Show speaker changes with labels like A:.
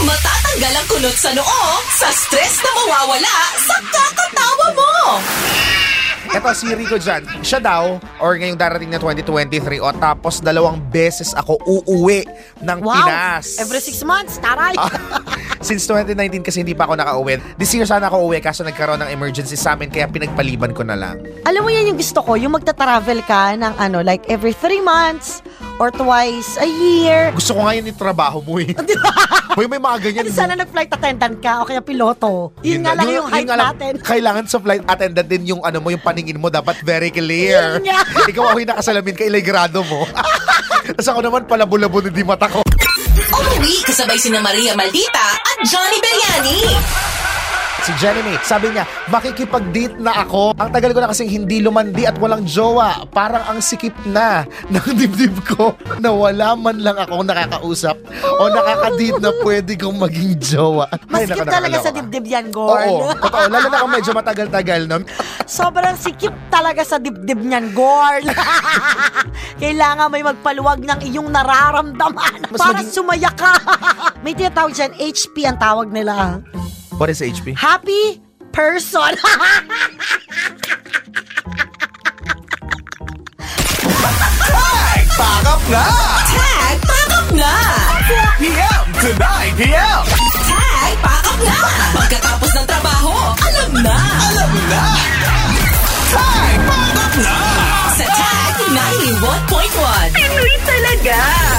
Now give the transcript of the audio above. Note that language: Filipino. A: Tanggal ang kunot sa noo sa stress na mawawala sa kakatawa mo.
B: Eto si Rico dyan, siya daw, or ngayong darating na 2023, o tapos dalawang beses ako uuwi ng
C: Wow.
B: Pinas.
C: Every six months, taray.
B: Ah. Since 2019 kasi hindi pa ako nakauwi. This year sana ako uwi kaso nagkaroon ng emergency sa amin kaya pinagpaliban ko na lang.
C: Alam mo yan yung gusto ko, yung magta-travel ka ng ano, like every three months or twice a year.
B: Gusto ko ngayon trabaho mo eh. Hoy, may mga ganyan.
C: Ano sana nag-flight attendant ka o kaya piloto? Yun nga lang yung
B: yun
C: hype
B: nga lang,
C: natin.
B: Kailangan sa flight attendant din yung ano mo, yung paningin mo dapat very clear.
C: Yun nga.
B: Ikaw ako yung nakasalamin ka, ilay grado mo. Tapos ako naman palabo-labo na di mata ko.
A: Umuwi kasabay sina Maria Maldita at Johnny Belliani.
B: Si Jeremy, sabi niya, makikipag-date na ako. Ang tagal ko na kasing hindi lumandi at walang jowa. Parang ang sikip na ng dibdib ko na wala man lang akong nakakausap o nakaka-date na pwede kong maging jowa. Ay,
C: Mas sikip
B: naku,
C: talaga
B: nakakaloka.
C: sa dibdib yan, Gorn.
B: Oo, totoo. Lalo na kung medyo matagal-tagal nun.
C: Sobrang sikip talaga sa dibdib niyan, Gorn. Kailangan may magpaluwag ng iyong nararamdaman
B: Mas
C: para
B: maging-
C: sumaya ka. may tinatawag dyan, HP ang tawag nila.
B: What is HP?
C: Happy person.
D: Pack up na!
A: Tag, pack up na!
D: 4 p.m. to 9 p.m.
A: Tag, pack up na! Pagkatapos ng trabaho, alam na!
D: Alam na! Time! Pack up na!
A: Sa Tag 91.1.
E: Pinoy talaga!